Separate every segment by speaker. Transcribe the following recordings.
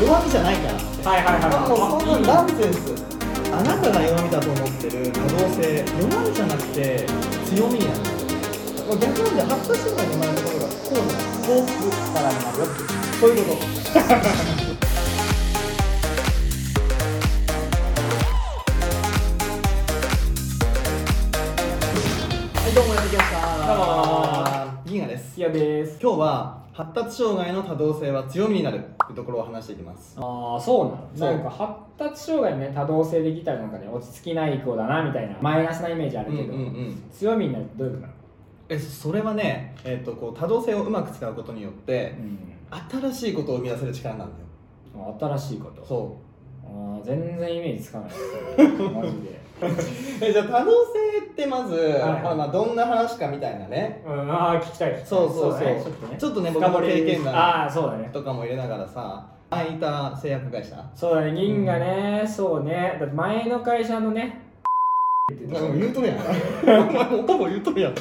Speaker 1: 弱みじゃないからって
Speaker 2: はいはいはいはい
Speaker 1: もうそんなナンセンスあなたが弱みだと思ってる可能性弱みじゃなくて強みなんですよもう逆なんで発達障害の前のところがこうなんです幸福からになるよってそういうこと はいどうもやってきました
Speaker 2: ど
Speaker 1: 銀河です
Speaker 2: いやです
Speaker 1: 今日は発達障害の多動性は強みになるってところを話していきます
Speaker 2: ああそう
Speaker 1: そ
Speaker 2: な
Speaker 1: う
Speaker 2: のなんか発達障害ね多動性できたらなんかね落ち着きない子だなみたいなマイナスなイメージあるけど、
Speaker 1: うんうんうん
Speaker 2: 強みになるとどういうことなの、
Speaker 1: えそれはね、えっとこう多動性をうまく使うことによって新しいことを生み出せる力なんだよ
Speaker 2: うん、新しいこと
Speaker 1: そ
Speaker 2: あー全然イメージつかないですよマジで
Speaker 1: うえじゃあ多動性ってまず、
Speaker 2: はい
Speaker 1: まあ、まあどんな話かみたいなね
Speaker 2: うんああ聞きたい聞きたい
Speaker 1: そうそうそう
Speaker 2: だねちょっとね
Speaker 1: ちょっとね
Speaker 2: 深掘り
Speaker 1: 僕の経験談
Speaker 2: ああそうだね
Speaker 1: とかも入れながらさあいた製薬会社
Speaker 2: そうだね銀がね、そうねだって前の会社のね
Speaker 1: なんか言うとるやん お前ほぼ言うとるやん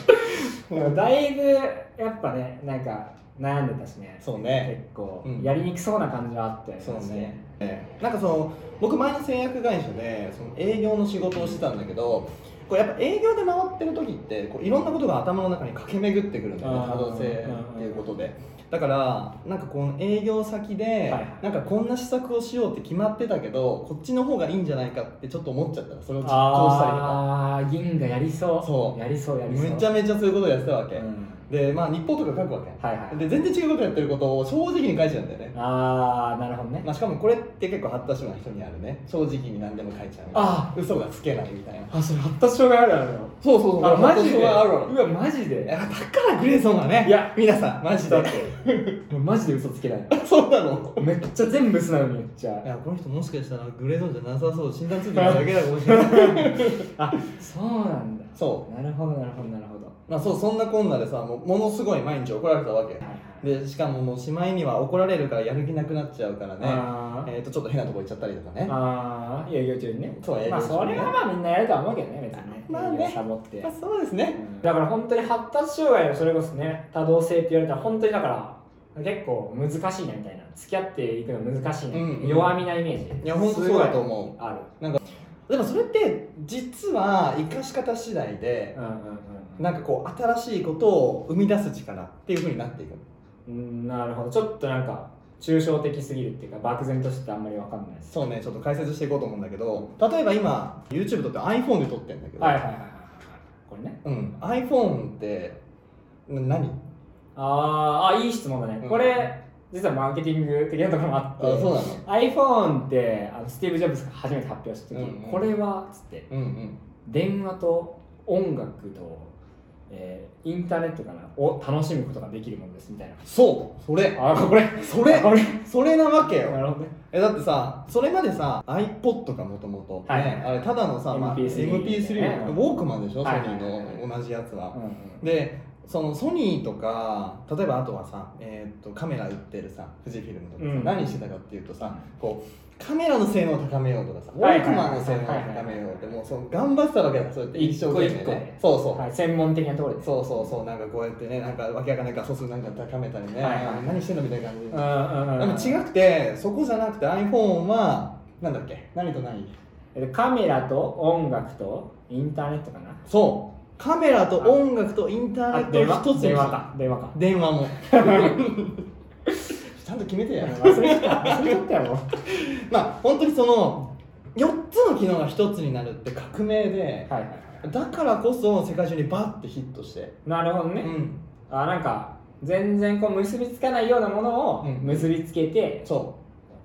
Speaker 2: だいぶやっぱねなんか悩んでたしね
Speaker 1: そうね
Speaker 2: 結構、
Speaker 1: うん
Speaker 2: やりにくそうな感じはあったよね
Speaker 1: そうねえなんかその僕前の製薬会社でその営業の仕事をしてたんだけどこうやっぱ営業で回ってる時ってこういろんなことが頭の中に駆け巡ってくるんだよね
Speaker 2: あー
Speaker 1: 多動性っていうことでだからなんかこの営業先で
Speaker 2: はい
Speaker 1: なんかこんな施策をしようって決まってたけどこっちの方がいいんじゃないかってちょっと思っちゃったらそれを実行したりとか
Speaker 2: ああ銀がやりそう
Speaker 1: そう
Speaker 2: やりそうやりそう
Speaker 1: めちゃめちゃそういうことをやってたわけ
Speaker 2: うん
Speaker 1: でまあ日報とか書くわけ
Speaker 2: はいはい
Speaker 1: で全然違うことやってることを正直に書いちゃうんだよね
Speaker 2: ああなるほどね
Speaker 1: まあ、しかもこれって結構発達障害の人にあるね正直に何でも書いちゃう
Speaker 2: あ
Speaker 1: 嘘がつけないみたいな
Speaker 2: あそれ発達障害あるあるよ
Speaker 1: そうそう
Speaker 2: あマジで
Speaker 1: うわ
Speaker 2: うわマジで
Speaker 1: だからグレーゾーンはね
Speaker 2: いや
Speaker 1: 皆さんマジ
Speaker 2: だっ
Speaker 1: で
Speaker 2: てマジで嘘つけない
Speaker 1: そうなの
Speaker 2: めっちゃ全部素直に言っちゃ
Speaker 1: いうやこの人もしかしたらグレーゾーンじゃなさそう診断ついてるだけだかもしれない
Speaker 2: あそうなんだ
Speaker 1: そ
Speaker 2: なるほどなるほどなるほど
Speaker 1: うまあそうそんなこんなでさもうものすごい毎日怒られたわけでしかももうしまいには怒られるからやる気なくなっちゃうからね
Speaker 2: あー
Speaker 1: えっ、とちょっと変なとこ行っちゃったりとかね
Speaker 2: あー営業中にね
Speaker 1: そう営業中にね
Speaker 2: まあそれはまあみんなやるとは思うけどね別にね
Speaker 1: まあね
Speaker 2: サボって
Speaker 1: まあそうですね
Speaker 2: だから本当に発達障害のそれこそね多動性って言われたら本当にだから結構難しいなみたいな付き合っていくの難しいな、
Speaker 1: うんうん
Speaker 2: 弱みなイメージ
Speaker 1: いや本当そうだと思
Speaker 2: うある
Speaker 1: うでもそれって実は生かし方次第で
Speaker 2: うんうんうん
Speaker 1: なんかこう新しいことを生み出す力っていう風になっていく
Speaker 2: うんなるほどちょっとなんか抽象的すぎるっていうか漠然としてあんまりわかんないです
Speaker 1: そうねちょっと解説していこうと思うんだけど例えば今 YouTube 撮って iPhone で撮ってるんだけど、
Speaker 2: はいはいはいはいはいこれね
Speaker 1: うん、iPhone ってな何
Speaker 2: あーあいい質問だね、
Speaker 1: うん
Speaker 2: これ実はマーケティング的なところもあ
Speaker 1: あ
Speaker 2: って
Speaker 1: そうなの
Speaker 2: iPhone ってあのスティーブ・ジョブズが初めて発表した時、
Speaker 1: うんうん
Speaker 2: これはっつって
Speaker 1: うんうん
Speaker 2: 電話と音楽と、えーインターネットかなを楽しむことができるものですみたいな
Speaker 1: そうそれ
Speaker 2: あこれ
Speaker 1: それ
Speaker 2: これ
Speaker 1: それなわけよ
Speaker 2: なるほどね
Speaker 1: えだってさそれまでさ iPod かもともと
Speaker 2: はい
Speaker 1: あれただのさ、まあ、
Speaker 2: MP3
Speaker 1: MP3 のウォークマンでしょソ
Speaker 2: はい
Speaker 1: ニ
Speaker 2: はいはい
Speaker 1: ーの同じやつは
Speaker 2: うんうん
Speaker 1: でそのソニーとか例えばあとはさ、えー、とカメラ売ってるさ富士フィルムとかさ、
Speaker 2: うん
Speaker 1: 何してたかっていうとさこうカメラの性能を高めようとかさウォ
Speaker 2: は
Speaker 1: ー
Speaker 2: いは
Speaker 1: ク
Speaker 2: い
Speaker 1: マンの性能を高めようってもうその頑張ってたわけだそうやって一生懸命、ね、
Speaker 2: 一個一個
Speaker 1: そうそう、
Speaker 2: はい、専門的なところです
Speaker 1: そうそうそうなんかこうやってねなんかわけわかんない画素数なんか高めたりね、
Speaker 2: はいはい
Speaker 1: 何してんのみたいな感じ
Speaker 2: うんうん
Speaker 1: で
Speaker 2: うん
Speaker 1: も違くてそこじゃなくて iPhone はなんだっけ何と何
Speaker 2: えカメラと音楽とインターネットかな
Speaker 1: そうカメラと音楽とインターネットを一つにした
Speaker 2: 電話か電話か
Speaker 1: 電話 もちゃんと決めてや
Speaker 2: 忘れてた忘れてたやろ
Speaker 1: まあ本当にその4つの機能が1つになるって革命で
Speaker 2: はいはいはい
Speaker 1: だからこそ世界中にバッてヒットして
Speaker 2: なるほどね、
Speaker 1: うん
Speaker 2: あなんか全然こう結びつかないようなものを
Speaker 1: うん
Speaker 2: 結びつけて
Speaker 1: そ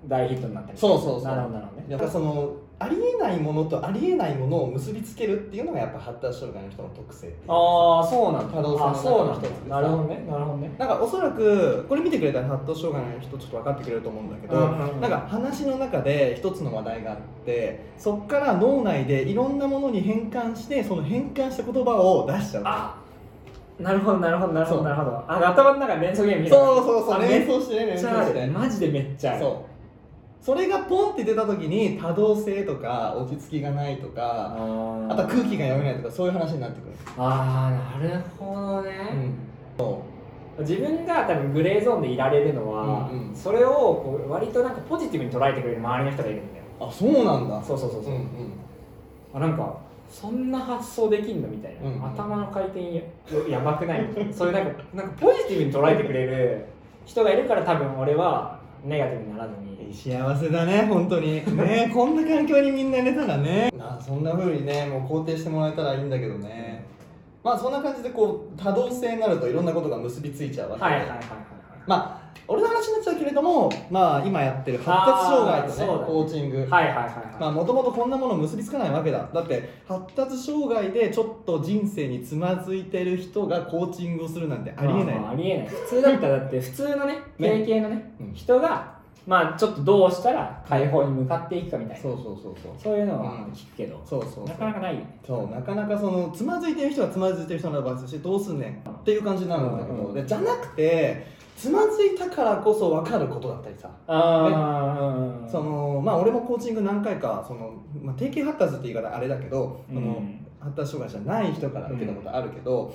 Speaker 2: 大ヒットになった
Speaker 1: う
Speaker 2: り
Speaker 1: そうそうそう
Speaker 2: なるほどなるほどね
Speaker 1: やっぱそのありえないものとありえないものを結びつけるっていうのがやっぱ発達障害の人の特性っていう
Speaker 2: ああそうなんだ
Speaker 1: 可能性の
Speaker 2: あそうなんだ
Speaker 1: 一つです
Speaker 2: なるほどねなるほどね
Speaker 1: なんかおそらくこれ見てくれたら発達障害の人ちょっと分かってくれると思うんだけど、
Speaker 2: うんうんうん
Speaker 1: なんか話の中で一つの話題があってそっから脳内でいろんなものに変換してその変換した言葉を出しちゃう
Speaker 2: あなるほどなるほどなるほ
Speaker 1: そ
Speaker 2: ど
Speaker 1: う
Speaker 2: なるほどあ頭の中で連想ゲーム見る
Speaker 1: そうそうそう
Speaker 2: あ
Speaker 1: 連
Speaker 2: めっ
Speaker 1: 想してね連
Speaker 2: ち
Speaker 1: 想
Speaker 2: ゃあ
Speaker 1: し
Speaker 2: る
Speaker 1: て
Speaker 2: マジでめっちゃある
Speaker 1: そうそれがポンって出た時に多動性とか落ち着きがないと
Speaker 2: あ
Speaker 1: かあ
Speaker 2: ー
Speaker 1: とは空気が読めないとかそういう話になってくる、
Speaker 2: あーなるほどね、
Speaker 1: うん
Speaker 2: 自分が多分グレーゾーンでいられるのは、
Speaker 1: うんうん
Speaker 2: それをこう割となんかポジティブに捉えてくれる周りの人がいるんだよ
Speaker 1: あそうなんだ
Speaker 2: そうそうそうそう、
Speaker 1: ん
Speaker 2: あなんかそんな発想できんのみたいな、
Speaker 1: うんうん
Speaker 2: 頭の回転ややばくないみたいなそういうなんかなんかポジティブに捉えてくれる人がいるから多分俺はネガティブにならず
Speaker 1: うん
Speaker 2: に
Speaker 1: 幸せだね本当にねこんな環境にみんな入れたらねなあそんな風にねもう肯定してもらえたらいいんだけどねまあそんな感じでこう多動性になるといろんなことが結びついちゃうわけ
Speaker 2: はいはいはいはい
Speaker 1: まあ俺の話になっちゃうけれどもまあ今やってる発達障害とね
Speaker 2: あーそうだね
Speaker 1: コーチング
Speaker 2: はいはいはいはい
Speaker 1: まあもともとこんなもの結びつかないわけだだって発達障害でちょっと人生につまずいてる人がコーチングをするなんてありえない、
Speaker 2: まあありえない普通だったら だって普通のね
Speaker 1: ね
Speaker 2: 経験のね
Speaker 1: うん
Speaker 2: 人がまあちょっとどうしたら解放に向かっていくかみたいな
Speaker 1: そうそうそうそう
Speaker 2: そういうのは
Speaker 1: うん
Speaker 2: 聞くけど、
Speaker 1: そうそうそう
Speaker 2: なかなかないよね
Speaker 1: そうなかなかそのつまずいてる人はつまずいてる人ならばだしどうすんねんっていう感じになるんだけど、
Speaker 2: うん
Speaker 1: でじゃなくてつまずいたからこそ分かることだったりさ
Speaker 2: ああ
Speaker 1: そのまあ俺もコーチング何回かその、まあ、定型発達って言い方あれだけど、
Speaker 2: う
Speaker 1: その
Speaker 2: ん
Speaker 1: 発達障害じゃない人から受けたことあるけど、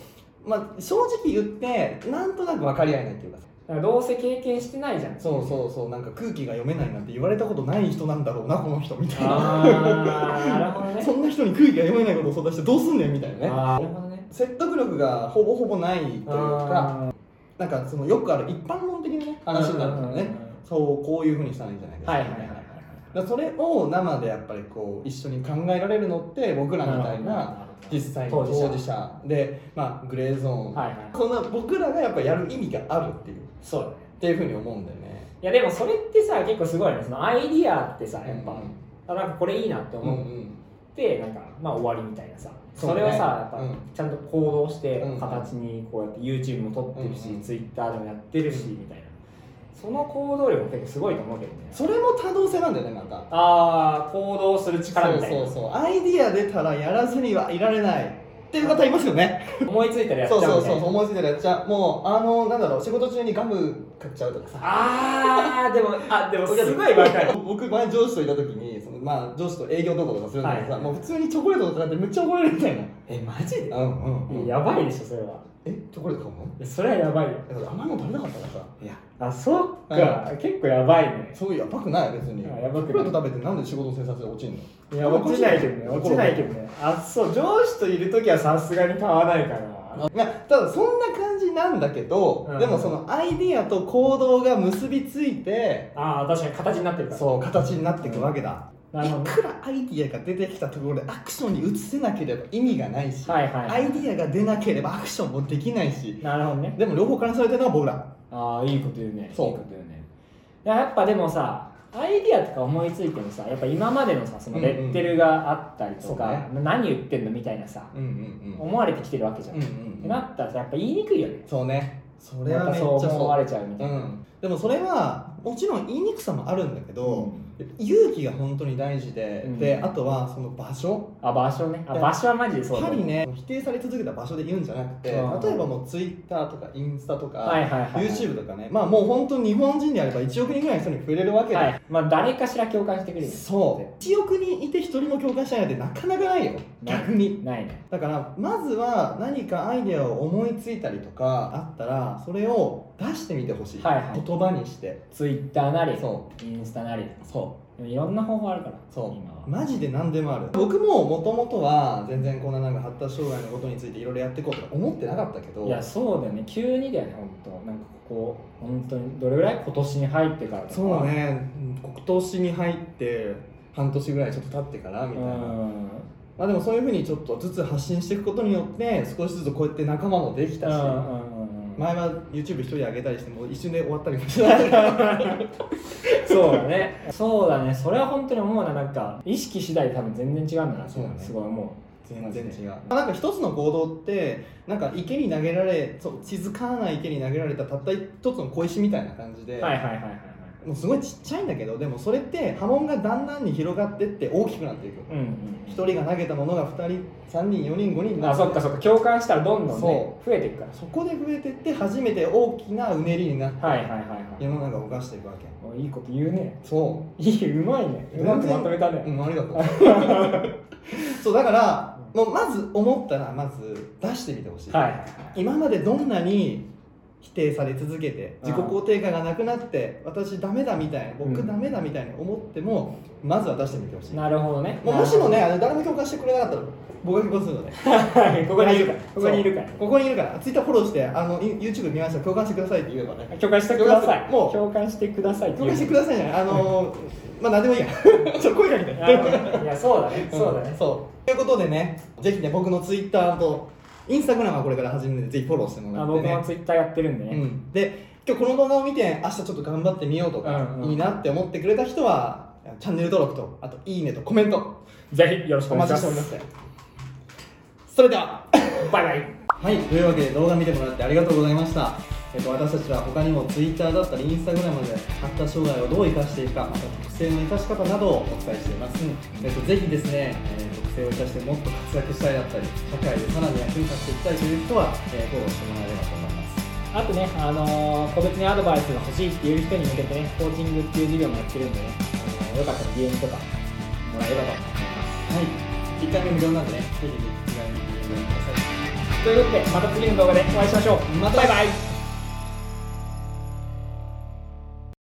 Speaker 1: まあ、正直言ってなんとなく分かり合えないっていうかさ
Speaker 2: だからどうせ経験してないじゃん
Speaker 1: そうそうそうなんか空気が読めないなんて言われたことない人なんだろうなこの人みたいな
Speaker 2: ああなるほどね
Speaker 1: そんな人に空気が読めないことを相談してどうすんねんみたいなね
Speaker 2: あーなるほどね
Speaker 1: 説得力がほぼほぼないというか
Speaker 2: あ
Speaker 1: なんかそのよくある一般論的な、ね、
Speaker 2: ー
Speaker 1: 話になるからね、
Speaker 2: うんうんうん
Speaker 1: そうこういうふうにしたらいいんじゃないですか、
Speaker 2: はいはいはいはい
Speaker 1: だからそれを生でやっぱりこう一緒に考えられるのって僕らみたいな実際の
Speaker 2: 当事者
Speaker 1: 当事者で、まあ、グレーゾーン、
Speaker 2: はいはい
Speaker 1: こんな僕らがやっぱやる意味があるっていうっ
Speaker 2: そうだね
Speaker 1: ていうふうに思うんだよね
Speaker 2: いやでもそれってさ結構すごいねそのアイディアってさやっぱ、あなんかこれいいなって
Speaker 1: うんう
Speaker 2: 思っ
Speaker 1: ん
Speaker 2: て、なんかまあ終わりみたいなさそ,、
Speaker 1: そうね
Speaker 2: れをさやっぱ、
Speaker 1: うん
Speaker 2: ちゃんと行動して
Speaker 1: うん
Speaker 2: 形にこうやって YouTube も撮ってるし、
Speaker 1: うんうん
Speaker 2: Twitter でもやってるし、みたいなその行動力も結構すごいと思うけどね
Speaker 1: それも多動性なんだよねまた
Speaker 2: ああ行動する力みたいな
Speaker 1: そうそうそうアイディア出たらやらずにはいられないっていう方いますよね
Speaker 2: 思いついたらやっちゃ
Speaker 1: そうう
Speaker 2: みたいな
Speaker 1: そうそう思いついたらやっちゃうもうあのなんだろう仕事中にガム買っちゃうとかさ
Speaker 2: あーでもあでもすごいわ かる
Speaker 1: 僕前上司といた時にその、まあ、上司と営業どうこうとかするんだけどさ、
Speaker 2: はい
Speaker 1: もう普通にチョコレートとかってめっちゃ怒られるみたいな
Speaker 2: えマジで
Speaker 1: うんうん、うん、
Speaker 2: やばいでしょそれは
Speaker 1: えチョコレート買うの
Speaker 2: いやそれはやばいよ
Speaker 1: だから甘いの食べなかったからさ
Speaker 2: いやあそっか、結構やばいね
Speaker 1: そういうやばくない別に
Speaker 2: あやばくない
Speaker 1: チョコレート食べてなんで仕事の生産性落ちんの
Speaker 2: いや落ちないけどね落ちないけどねあそう上司といる時はさすがに買わないから
Speaker 1: いやただそんな感じなんだけど、
Speaker 2: うん
Speaker 1: でもそのアイディアと行動が結びついて
Speaker 2: ああ確かに形になってるから
Speaker 1: そう形になっていくわけだ、
Speaker 2: なる
Speaker 1: い
Speaker 2: ほどね
Speaker 1: くらアイディアが出てきたところでアクションに移せなければ意味がないし、
Speaker 2: はいはい
Speaker 1: アイディアが出なければアクションもできないし
Speaker 2: なるほどね
Speaker 1: でも両方からされてるのは僕ら
Speaker 2: ああいいこと言うね
Speaker 1: そう
Speaker 2: いいこと言うねいややっぱでもさアイディアとか思いついてもさやっぱ今までのさそのレッテルがあったりとか、
Speaker 1: うんうん
Speaker 2: 何言ってんのみたいなさ
Speaker 1: うんうん
Speaker 2: 思われてきてるわけじゃん、
Speaker 1: うん
Speaker 2: っ
Speaker 1: う
Speaker 2: て
Speaker 1: ん
Speaker 2: なったらさやっぱ言いにくいよね
Speaker 1: そうねそれ
Speaker 2: や
Speaker 1: は
Speaker 2: っぱ
Speaker 1: めっちゃ
Speaker 2: そう思わ
Speaker 1: そ
Speaker 2: れちゃうみ
Speaker 1: う、
Speaker 2: た
Speaker 1: う
Speaker 2: いな、
Speaker 1: ん、でもそれはもちろん言いにくさもあるんだけど、勇気が本当に大事で、
Speaker 2: うん
Speaker 1: であとはその場所
Speaker 2: あ場所ねあ
Speaker 1: いや
Speaker 2: 場所はマジでそう
Speaker 1: や
Speaker 2: だ
Speaker 1: はりね否定され続けた場所で言うんじゃなくて例え
Speaker 2: うん
Speaker 1: ばもう Twitter とかインスタとか、
Speaker 2: はいはいはい
Speaker 1: YouTube とかねまあもう本当に日本人であれば1億人ぐらいの人に触れるわけで、
Speaker 2: はいまあ誰かしら共感してくれる
Speaker 1: そう1億人いて1人も共感しないなんてなかなかないよ
Speaker 2: ない
Speaker 1: 逆に
Speaker 2: ないね
Speaker 1: だからまずは何かアイデアを思いついたりとかあったらそれを出してみてほしい、
Speaker 2: はいはい
Speaker 1: 言葉にして
Speaker 2: ツイッターなり
Speaker 1: そ
Speaker 2: インスタなり
Speaker 1: そ
Speaker 2: でもいろんな方法あるから
Speaker 1: そう
Speaker 2: 今は
Speaker 1: うマジで何でもある僕ももともとは全然こんななんか発達障害のことについていろいろやっていこうとか思ってなかったけど
Speaker 2: いやそうだよね急にだよね本当なんかここ本当にどれぐらい今年に入ってからとか
Speaker 1: そうね今年に入って半年ぐらいちょっと経ってからみ
Speaker 2: う
Speaker 1: たいな、
Speaker 2: ん
Speaker 1: まあでもそういうふうにちょっとずつ発信していくことによって少しずつこうやって仲間もできたし、
Speaker 2: うんうんうん
Speaker 1: 前は YouTube 一人で上げたりしてもう一瞬で終わったりもしてたけど
Speaker 2: そうだねそうだねそれは本当に思うななんか意識次第で多分全然違うんだなっていう
Speaker 1: そうだ
Speaker 2: のは
Speaker 1: ね
Speaker 2: すごい思
Speaker 1: 全然違うなんか一つの行動ってなんか池に投げられそう静かな池に投げられたたった一つの小石みたいな感じ
Speaker 2: う
Speaker 1: で、
Speaker 2: はいはいはいはいはい
Speaker 1: もうすごいちっちゃいんだけどでもそれって波紋がだんだんに広がってって大きくなっていく
Speaker 2: うんうん
Speaker 1: 一人が投げたものが2人3人4人5人にな
Speaker 2: あ
Speaker 1: って
Speaker 2: そっかそっか共感したらどんどんね
Speaker 1: そ
Speaker 2: 増えていくから
Speaker 1: そこで増えてって初めて大きなうねりになって、
Speaker 2: はいはいはい
Speaker 1: 世
Speaker 2: は
Speaker 1: の中を動かしていくわけ
Speaker 2: いいいこと言うね
Speaker 1: そう
Speaker 2: いいうまいねうまくまとめたね、
Speaker 1: うん、ありがとう。 そう、だから、もうまず思ったら、まず出してみてほしい。
Speaker 2: はいはい
Speaker 1: 今までどんなに否定され続けて
Speaker 2: うん
Speaker 1: 自己肯定感がなくなって私ダメだみたいな
Speaker 2: う
Speaker 1: 僕
Speaker 2: ん
Speaker 1: ダメだみたいに思ってもまずは出してみてほしい、
Speaker 2: なるほどね。
Speaker 1: もうむしろねあの誰も共感してくれなかったら僕が結婚するので、ね、
Speaker 2: はいここにいるから。こ
Speaker 1: そう
Speaker 2: こにいるから。
Speaker 1: ここにいるからツイッターフォローしてあの YouTube 見ました共感してくださいって言えばね
Speaker 2: 共感してください。
Speaker 1: もう
Speaker 2: 共感してくださいって
Speaker 1: 共
Speaker 2: いう。
Speaker 1: 感してくださいじゃないあのまあ何でもいいやちょっと声かけて
Speaker 2: なるほどいや、そうだね。そうだね。
Speaker 1: そうということでねぜひね僕のツイッターとインスタグラムはこれから始めるのでぜひフォローしてもら
Speaker 2: あ
Speaker 1: って
Speaker 2: 僕
Speaker 1: ね
Speaker 2: もツイッターやってるんで
Speaker 1: う
Speaker 2: ね。
Speaker 1: ん、で今日この動画を見て明日ちょっと頑張ってみようとか、
Speaker 2: うんうん
Speaker 1: いいなって思ってくれた人はチャンネル登録とあといいねとコメント
Speaker 2: ぜひよろしく
Speaker 1: お
Speaker 2: お願い
Speaker 1: 待
Speaker 2: し
Speaker 1: ち
Speaker 2: ま。
Speaker 1: しておりますすそれでは
Speaker 2: バイバイ。
Speaker 1: はいというわけで動画見てもらってありがとうございました、えっと、私たちは他にも Twitter だったり Instagram で発達障害をどう生かしていくかまた特性の生かし方などをお伝えしています、えっと、ぜひですね、えー特性を生かしてもっと活躍したいだったり社会でさらに役に立っていきたいという人は、えーフォローしてもらえればと思います
Speaker 2: あとね、あのー個別にアドバイスが欲しいっていう人に向けてね、コーチングっていう授業もやってるんでね、あのーよかったら DM とかもらえればと思
Speaker 1: はい、1
Speaker 2: います。
Speaker 1: 回目無料なんでね、ぜひぜひ気軽にご覧ください。
Speaker 2: ということで、また次の動画でお会いしましょう。
Speaker 1: また
Speaker 2: バイバイ